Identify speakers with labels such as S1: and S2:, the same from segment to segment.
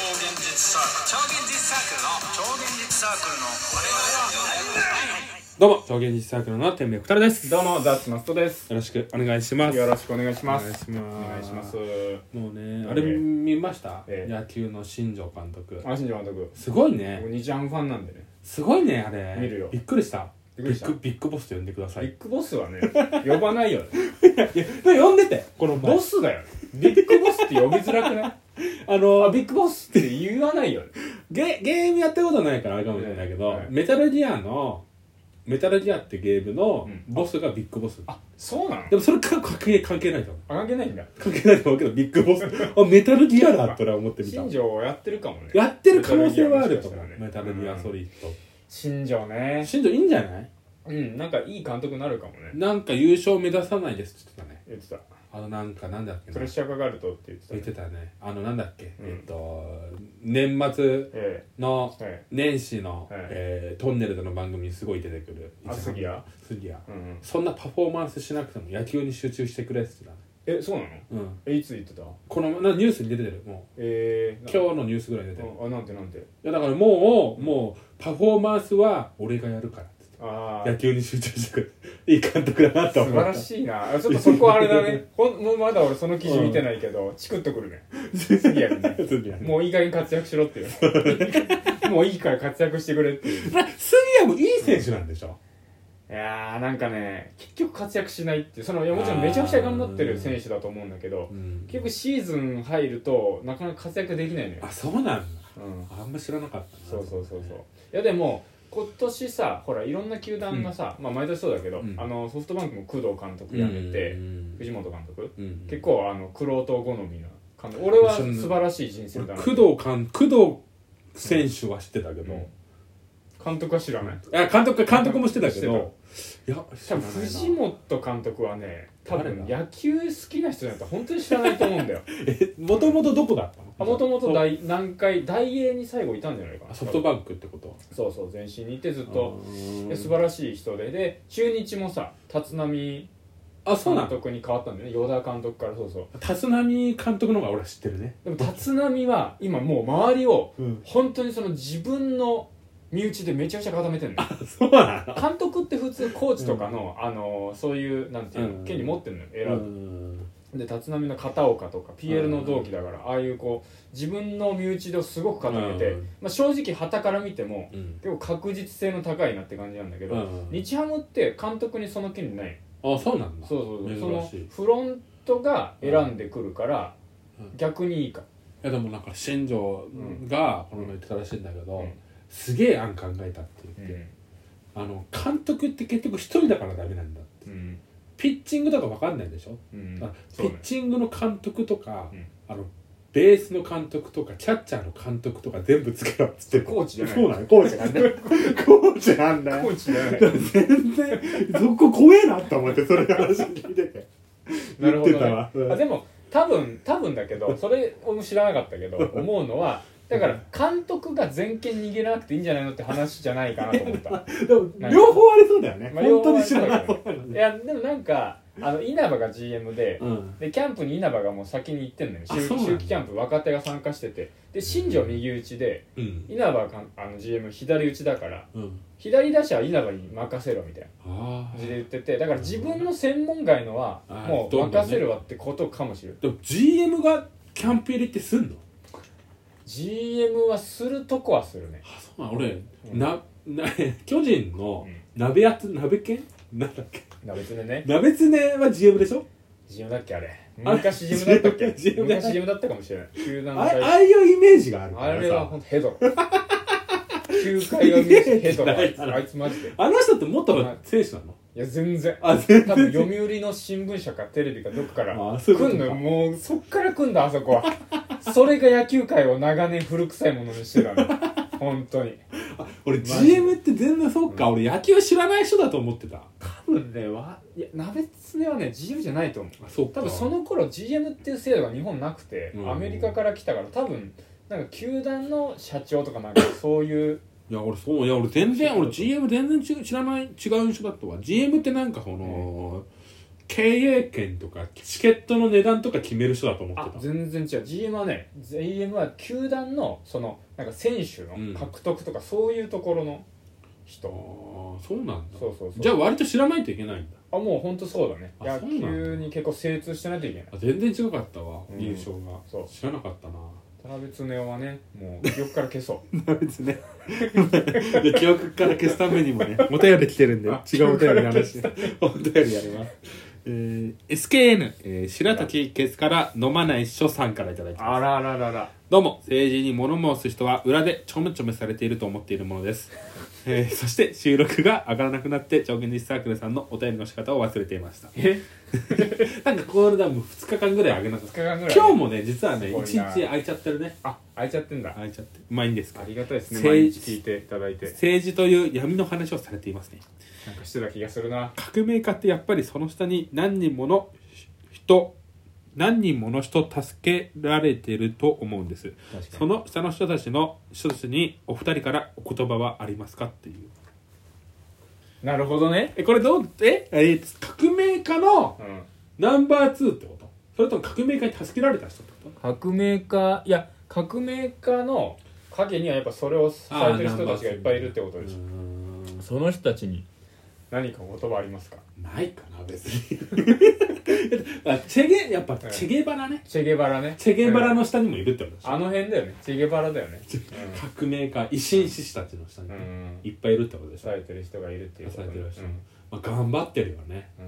S1: サーク超現実サークルの超現実サークルの我々は
S2: どうも、超現実サークルの天命くたるです。
S3: どうも、ザッツマストです。
S2: よろしくお願いします。
S3: よろしくお願いします。
S2: お願いします
S3: お願いし
S2: もうね、
S3: え
S2: あれ見ました、
S3: ええ
S2: 野球の新庄監督。
S3: ます。あ、新庄監督。
S2: すごい
S3: 僕、
S2: ね。
S3: 二ちゃんファンなんでね。
S2: すごいね、あれ。
S3: 見るよ
S2: びっくりした。
S3: びっくりした
S2: ビッグビッグボスと呼んでくださ
S3: ビ
S2: い。
S3: ッグボスはね、呼ばないよね。
S2: いや、呼んでて、この前
S3: ボスだよ。ビッグボスって呼びづらくない
S2: あの
S3: あ、ビッグボスって言わないよね。
S2: ゲ、ゲームやったことないからあれかもしれないけど、
S3: はい
S2: メタルギアの、メタルギアってゲームの
S3: うん
S2: ボスがビッグボス。
S3: あ、そうなの
S2: でもそれから関係関係ないと思う。
S3: あ、関係ないんだ。
S2: 関係ないと思うけど、ビッグボ ス。あ、メタルギアだと俺は思ってみた
S3: 新。庄はやってるかもね。
S2: やってる可能性はあると思う。メ
S3: メ
S2: タ
S3: タ
S2: ル
S3: ル
S2: ギ
S3: ギ
S2: ア
S3: ア
S2: ソ
S3: ソ
S2: リッド。
S3: 新庄ね。
S2: 新庄いいんじゃない
S3: うん、なんかいい監督になるかもね。
S2: なんか優勝目指さないですって言ってたね
S3: 言ってた。
S2: あのなんかなんだっけ
S3: プレ
S2: な
S3: ッシャーかかるとって言ってた
S2: 言っ
S3: ね。
S2: てたねあのなんだっけ、
S3: うん
S2: えっと年末
S3: え
S2: の
S3: え。はい。
S2: 年始の、
S3: はい
S2: えートンネルでの番組にすごい出てくる
S3: あ杉谷
S2: 杉谷
S3: うんうん。
S2: そんなパフォーマンスしなくても野球に集中してくれって言って
S3: え、そうなの
S2: たねうん
S3: え、いつ言ってた
S2: このなニュースに出てるも
S3: え
S2: う
S3: ー、
S2: 今日のニュースぐらいに出てるい
S3: 日。あ、なんてなんて。
S2: やだからもうもうパフォーマンスは俺がやるからって言って
S3: ああ。
S2: 野球に集中してくれいい監督だなと
S3: 素
S2: 思っ
S3: 晴
S2: た
S3: らしいなあちょっとそこあれだ ねほんもうまだ俺その記事見てないけど、チクっとくるね次やるね
S2: 杉谷
S3: もういい加減活躍しろっていう もういいから活躍してくれっていう
S2: まあ杉谷もいい選手なんでしょ、
S3: いやーなんかね結局活躍しないっていうそのいやもちろんめちゃくちゃ頑張ってる選手だと思うんだけど
S2: うん
S3: 結局シーズン入るとなかなか活躍できないのよ
S2: あ、そうなんだ
S3: う
S2: あ
S3: ん、
S2: んま知らなかったな
S3: そうそうそうそういやでも今年さほらいろんな球団がさ、まあ毎年そうだけど、
S2: うん
S3: あのソフトバンクも工藤監督辞めて、藤本監督
S2: うん
S3: 結構あの玄人好みな感じ俺は素晴らしい人生
S2: 俺
S3: だな
S2: 工藤監工藤選手は知ってたけど、
S3: うん監督は知らない
S2: あ監督監督も知ってたけどいや知
S3: 多
S2: ら
S3: 分
S2: ないな
S3: 藤本監督はね多分
S2: 誰
S3: 野球好きな人じゃないと本当に知らないと思う んだよ
S2: えもともとどこだったの
S3: もともと南海大英に最後いたんじゃないか
S2: あ
S3: な
S2: ソフトバンクってこと
S3: そうそう前身にいてずっと
S2: あ
S3: で素晴らしい人でで中日もさ立浪監
S2: あそうなの
S3: 督に変わったんだよね与田監督からそうそう
S2: 立浪監督の方が俺は知ってるね
S3: でも立浪は今もう周りを
S2: うん
S3: 本当にその自分の身内でめちゃくちゃ固め てるのよ
S2: そうなの
S3: 監督って普通コーチとかの、あのーそういうなんていう
S2: う
S3: の
S2: ん
S3: 権利持ってるのよ
S2: う
S3: 選ぶ、
S2: ん
S3: で立浪の片岡とか PL の同期だから、ああいうこう自分の身内をすごく固めて、
S2: うん
S3: まあ、正直旗から見ても
S2: うん
S3: 結構確実性の高いなって感じなんだけど、日ハムって監督にその権利ない
S2: あそうなんだ
S3: そうそうそうその
S2: 珍しい
S3: フロントが選んでくるから、
S2: うん
S3: 逆にいいか
S2: いやでもなんか新庄がこの前言ってたらしいんだけど、
S3: うん
S2: すげえ案考えたって言って、あの監督って結局一人だからダメなんだって
S3: うん
S2: ピッチングとか分かんないでしょ、
S3: うん
S2: だから
S3: そ
S2: ピ
S3: うね
S2: ッチングの監督とか、
S3: うん
S2: あのベースの監督とかキャッチャーの監督とか全部つけろっつって
S3: コーチじゃない
S2: そうなのコーチなんだよコーチなんだ
S3: コ
S2: よ
S3: ーチじゃない
S2: だから全然そこ怖えなと思ってそれ話聞いてて
S3: なるほど、
S2: 言って
S3: ね、
S2: たわ
S3: あでも多分多分だけどそれも知らなかった けど思うのはだから監督が全権握らなくていいんじゃないのって話じゃないかなと思った
S2: でも両方ありそうだよね、
S3: まあ
S2: 本当に知らない
S3: 両方いやでもなんかあの稲葉が GM で、
S2: うん
S3: でキャンプに稲葉がもう先に行ってんのよ
S2: あそうなん
S3: 秋
S2: だ
S3: 秋季キャンプ若手が参加しててで新庄右打ちで
S2: うん
S3: 稲葉があの GM 左打ちだから
S2: うん
S3: 左打者は稲葉に任せろみたいな
S2: ああ
S3: 感じで言っててだから自分の専門外のは
S2: あー
S3: もう
S2: どんどんね
S3: 任せるわってことかもしれない
S2: でも GM がキャンプ入れってすんの
S3: GM はするとこはするね
S2: あそうなん俺、
S3: うん
S2: なな 巨人の
S3: うん
S2: 鍋やつ鍋犬なんだっけ
S3: な別にね
S2: 鍋つねは GM でしょ
S3: GM だっけあれ
S2: あれ
S3: 昔 GM だったっけ
S2: GM
S3: 昔 GM だったかもしれない球団
S2: あ
S3: の
S2: あ
S3: 会
S2: あいうイメージがあるか
S3: あ
S2: らさ
S3: れは本当ヘ ドロ球界を見るヘドロあいつ
S2: ない
S3: あいつマジで
S2: あの人って元選手なの、
S3: いや全然
S2: あ全
S3: 多分読売の新聞社かテレビかどっかから
S2: あそういう
S3: 来
S2: こと
S3: ん
S2: か
S3: のよもうそっから来んだあそこはそれが野球界を長年古臭いものにしてたの本当に
S2: 俺
S3: マジ
S2: GM って全然そうか、俺野球知らない人だと思ってたあ
S3: 多分ねわいや鍋つねはね GM じゃないと思う
S2: そっか
S3: 多分その頃 GM っていう制度が日本なくて、
S2: うん
S3: アメリカから来たから多分なんか球団の社長とか なんかそういう
S2: いや俺そういや俺全然俺 GM 全然ち知らない違う人だったわ GM ってなんかこの、経営権とかチケットの値段とか決める人だと思
S3: あ
S2: ってた
S3: 全然違う GM はね GM は球団のそのなんか選手
S2: うん
S3: の獲得とかそういうところの人、
S2: あーそうなんだ
S3: そうそうそう
S2: じゃあ割と知らないといけないんだ
S3: あもう本当そうだね
S2: あ
S3: 野
S2: そうなんだ
S3: 球に結構精通してないといけない
S2: あ全然違かったわ
S3: うん
S2: 印象が、
S3: そう
S2: 知らなかったな
S3: 田辺恒夫はねもう記憶から 消そう
S2: 別ね記憶から消すために もねお便り来てるんで違うお便りの話お便りやります、 えー、SKN、えー、白滝ケツから飲まない書さんからいただきます
S3: あらららら
S2: どうも政治に物申す人は裏でちょめちょめされていると思っているもの です、えーそして収録が上がらなくなって超現実サークルさんのお便りの仕方を忘れてい ました
S3: え
S2: なんかこれだもう2日間ぐらい上げなかっ
S3: 2日
S2: た
S3: 間ぐらい
S2: 今日もね実はね
S3: すごい
S2: 1
S3: な
S2: 日空いちゃってるね
S3: あ開いちゃってんだ
S2: 空いちゃってうまいんですか
S3: ありがたいですね
S2: せい
S3: 毎日聞いていただいて
S2: 政治という闇の話をされていますね
S3: なんかしてた気がするな
S2: 革命家ってやっぱりその下に何人もの人何人もの人助けられてると思うんですその下の人たちの人たちにお二人からお言葉はありますかっていう
S3: なるほどね
S2: えこれどうええー革命家の
S3: うん
S2: ナンバー2ってことそれとも革命家に助けられた人ってこと
S3: 革命家いや革命家の陰にはやっぱそれをされてる人たちがいっぱいいるってことでしょ
S2: ょ
S4: その人たちに
S3: 何かお言葉ありますか
S2: ないかな別に あチェゲやっぱチェゲバラね、
S3: チェゲバラね
S2: チェゲバラの下にもいるってことでしょ
S3: あの辺だよねチェゲバラだよねう
S2: 革命家維新志士たちの下に
S3: ん、うん、
S2: いっぱいいるってことでしょ
S3: されてる人がいるっていう
S2: 支
S3: こと
S2: え
S3: ね
S2: てる人、
S3: うん
S2: まあ、頑張ってるよね
S3: うん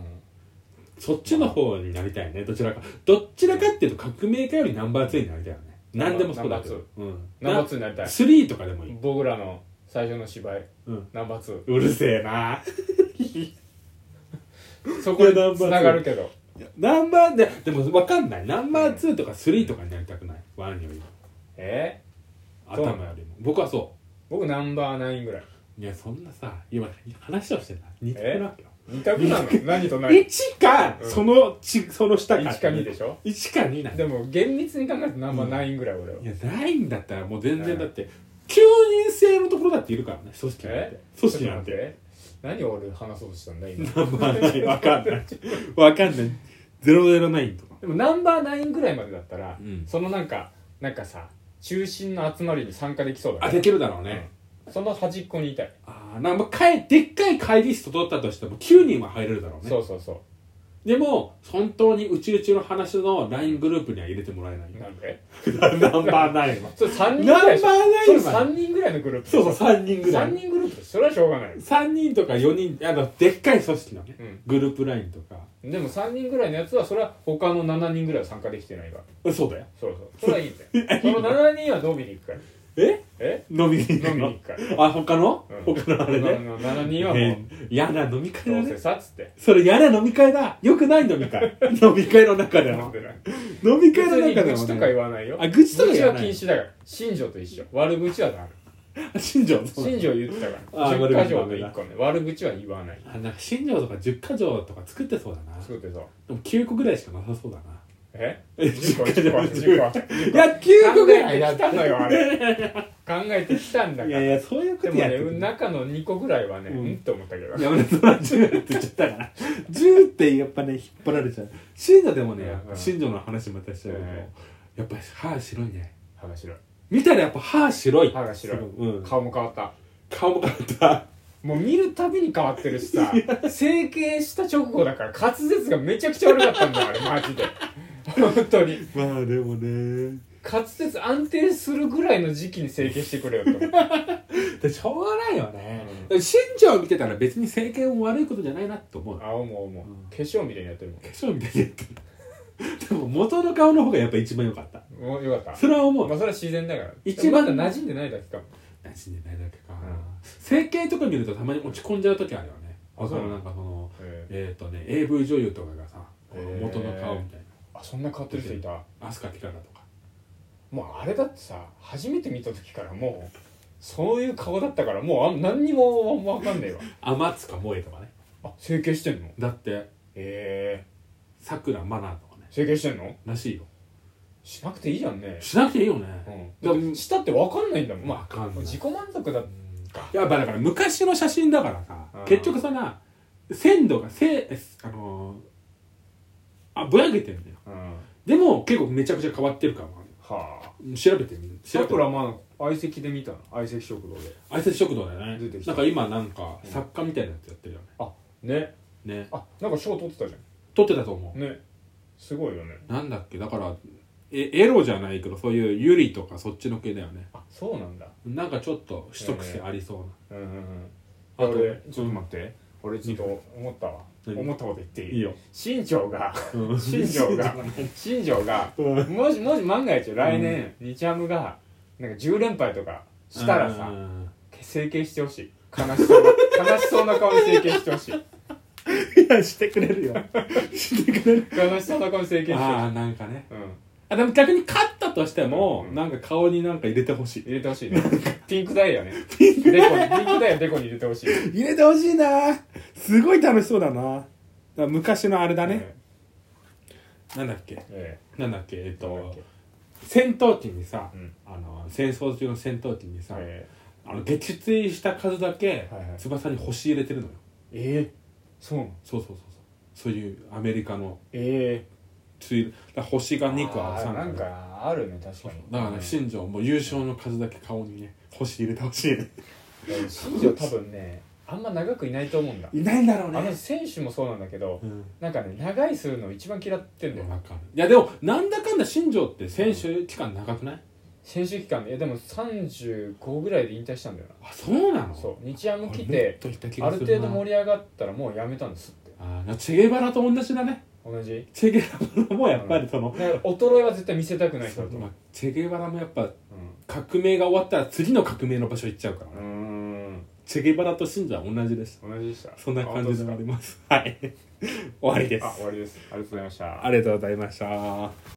S2: そっちの方になりたいねどちらかどちらかっていうと革命家よりナンバー2になりたいよね何でもそうだけどうん
S3: ナンバー2になりたい
S2: 3とかでもいい、
S3: 僕らの最初の芝居
S2: うん、
S3: ナンバー
S2: うるせえな
S3: 2そ こ
S2: いやナンバー
S3: で
S2: ツー
S3: つながるけど
S2: ナンバーででも分かんないナンバー2とか3とかになりたくない1よりも
S3: えそう
S2: 頭よりも僕はそ
S3: ー、僕ナンバー9ぐらいう
S2: いやそんなさ今話をしてた似て
S3: え
S2: るわけよ
S3: 二択 なの何と何
S2: 1か、
S3: うん
S2: そのちその下か
S3: 1か2でしょ
S2: 1か2なんだ
S3: でも厳密に考えるとナンバー9ぐらい俺はい
S2: やないんだったらもう全
S3: う
S2: 然
S3: ん
S2: だって9人制のところだっているからね組織なんて
S3: え
S2: 組織なんて
S3: 何を俺話そうとしたんだ 今
S2: まあないわかんないわかんない009とか
S3: でもナンバー9ぐらいまでだったら、
S2: うん
S3: そのなんかなんかさ中心の集まりに参加できそうだ
S2: あ
S3: ね
S2: できるだろうね、
S3: その端っこにいたい、
S2: ああなんかかえでっかい会議室取ったとしても9人は入れるだろう
S3: そ
S2: ね
S3: うそうそ
S2: でも本当に宇宙中の話の LINE グループには入れてもらえないう
S3: なんで
S2: ナンバーナインは
S3: それ3人ぐ
S2: ナン
S3: ら
S2: バー
S3: いでし
S2: ナ
S3: ょそ
S2: イ
S3: れ
S2: ンは
S3: 3人ぐらいのグループ
S2: そうそう3人ぐら
S3: 3
S2: い
S3: 人グループでそれはしょうがない
S2: 3人とか4人あのでっかい組織のね、
S3: うん
S2: グループ LINE とか
S3: でも3人ぐらいのやつはそれは他の7人ぐらいは参加できてないから
S2: そうだよ
S3: そうそうそれはいい んだよその7人は飲みに行くから
S2: え
S3: え
S2: 飲みに行
S3: 飲
S2: く
S3: み
S2: の
S3: に行くから
S2: あ、他の、
S3: うん
S2: 他のあれね。
S3: の7人はもう
S2: えー嫌な飲み会
S3: ど
S2: だ
S3: うせ
S2: ね。
S3: さっつって
S2: それ嫌な飲み会だ。よくない飲み 会。飲み会の中で
S3: 飲ん
S2: も。
S3: でない
S2: 飲み会の
S3: 別に
S2: 中で
S3: 愚
S2: も、
S3: 痴とか言
S2: ね。
S3: わないよ
S2: あ愚痴とか言わない
S3: 愚痴は禁止だから信条と一緒悪口はダメ
S2: 新庄そう
S3: 信条言ってたから
S2: あー
S3: 10
S2: 悪口
S3: 箇条と1個ね悪口は言わない
S2: あ、なんか新庄とか十か条とか作ってそうだな。
S3: 作ってそう
S2: でも九個ぐらいしかなさそうだな。
S3: え
S2: 10
S3: 10
S2: 個
S3: 個
S2: 10
S3: 10
S2: 個
S3: 個
S2: 10
S3: 10
S2: 個
S3: 個
S2: いや、九個
S3: 考
S2: ぐ らい
S3: え
S2: だ
S3: て
S2: っ
S3: きたのよあれ考えてきたんだ
S2: た。
S3: か
S2: いや
S3: ら
S2: いや、そういうこ
S3: で
S2: と
S3: も
S2: やって
S3: ね
S2: る。
S3: 中の2個ぐらいはね
S2: うん
S3: うんって思ったけど
S2: やめなさい、10って言っちゃったから。10ってやっぱね、引っ張られちゃう。新庄でもね、やっぱ新庄の話またしちゃうけど、
S3: うん
S2: やっぱ歯白いね。
S3: 歯が白い
S2: 見たらやっぱ歯白い
S3: 歯が白い
S2: うん、
S3: 顔も変わった
S2: 顔も変わった
S3: もう見るたびに変わってるしさ整形した直後だから滑舌がめちゃくちゃ悪かったんだよあれマジで本当に
S2: まあでもね
S3: 滑舌安定するぐらいの時期に整形してくれよと思 って
S2: でしょうがないよね
S3: うん、
S2: でも新庄を見てたら別に整形も悪いことじゃないなと思う化
S3: 青
S2: う
S3: もも
S2: ん
S3: う化粧みたいにやってるも
S2: 粧みたいにやってるでも元の顔の方がやっぱ一番良かった
S3: んもうよかった
S2: それは思
S3: ま
S2: う
S3: あそれは自然だから
S2: 一番
S3: まだ馴染んでないだけかも
S2: 馴染んでないだけか、
S3: ん
S2: 整形とか見るとたまに落ち込んじゃう時あるよね
S3: あ
S2: あ
S3: そう
S2: のなんかその
S3: ええ
S2: えっ、ー、とね AV 女優とかがさこの元の顔みたい
S3: あそんな変わってる人いた
S2: な飛鳥キララとか
S3: もうあれだってさ初めて見た時からもうそういう顔だったからもうあん何にもわかん ねえわ
S2: 天塚萌とかね
S3: あ整形してんの
S2: だって
S3: ええ
S2: さくらまなとかね
S3: 整形してんの
S2: らしいよ
S3: しなくていいじゃんね
S2: しなくていいよね、
S3: うん、だってしたって分かんないんだもん、
S2: わ
S3: ま
S2: かん
S3: あ、
S2: ない
S3: 自己満足だ
S2: やっぱだから昔の写真だからさ
S3: うん
S2: 結局さな鮮度がせあのーあぼやけてるんだよ
S3: うん
S2: でも結構めちゃくちゃ変わってるかも
S3: はあ
S2: 調べてみる調
S3: さ
S2: べて
S3: く
S2: みる
S3: らまん相席で見たの相席食堂で
S2: 挨拶食堂だよね
S3: 出てきた
S2: なんか今なんか
S3: うん
S2: 作家みたいなやつやってるよね
S3: あね
S2: ね
S3: あなんか賞取ってたじゃ
S2: 撮ってたと思
S3: んねすごいよね
S2: うなんだっけだからえエロじゃないけどそういうユリとかそっちの系だよね
S3: あそうなんだ
S2: なんかちょっと一癖ありそうな、
S3: うんうんうん
S2: あと
S3: 俺ちょっと待って俺ちょっと思ったわ
S2: 何
S3: 思ったこと言っていい
S2: いいよ
S3: 新庄 が
S2: うん
S3: 新庄が新庄が
S2: う
S3: もしもし万が一来年日ハムがなんか10連敗とかしたらさ
S2: うん
S3: 整形してほしい悲しそうな悲しそうな顔に整形してほしい
S2: いや してくれるよしてくれる
S3: 悲しそうな顔に整形してほし
S2: ああなんかね
S3: いうん
S2: あでも逆に勝ったとしても、
S3: うん
S2: なんか顔になんか入れてほしい
S3: 入れてほしいねピンクダイヤねピンクダイヤピンクダイヤデコに入れてほしい
S2: 入れてほしいなすごい楽しそうだなだから昔のあれだね、なんだっけ
S3: え
S2: なんだっけえっ
S3: えなんだ
S2: と
S3: っけ
S2: 戦闘機にさ、
S3: うん
S2: あの戦争中の戦闘機にさ、
S3: え
S2: あの撃墜した数だけ、
S3: はいはい
S2: 翼に星入れてるのよ
S3: えええそうなの
S2: そうそうそうそうそういうアメリカの
S3: ええ
S2: ついだから星が2個ある
S3: あー
S2: 3
S3: なんかあるね確
S2: そうそ
S3: か
S2: う
S3: に
S2: だからね、新庄も優勝の数だけ顔にね星入れてほしいね
S3: うん新庄多分ねあんま長くいないと思うんだ
S2: いないんだろう
S3: あの
S2: ね
S3: 選手もそうなんだけど
S2: うん
S3: なんかね長いするの一番嫌ってん
S2: い
S3: だ
S2: や
S3: よ
S2: わかるいやでもなんだかんだ新庄って選手期間長くない
S3: 選手期間いやでも35ぐらいで引退したんだよ
S2: あそうなの
S3: なそう日ハム来
S2: 俺もってといた気
S3: あ
S2: が
S3: る
S2: す
S3: 程
S2: る
S3: 度
S2: な
S3: 盛り上がったらもうやめたんですって
S2: あーチェゲバラと同じだね
S3: 同じ
S2: チェゲバラもやっぱりその、
S3: だから衰えは絶対見せたくない人だと
S2: ま
S3: 思
S2: あ
S3: う
S2: チェゲバラもやっぱ
S3: うん
S2: 革命が終わったら次の革命の場所行っちゃうからね、
S3: うーん
S2: チェゲバラと信者は同じでした
S3: 同じでした
S2: そんな感じで終わ
S3: あ
S2: りますはい終わりです
S3: 終わりですありがとうございました
S2: ありがとうございました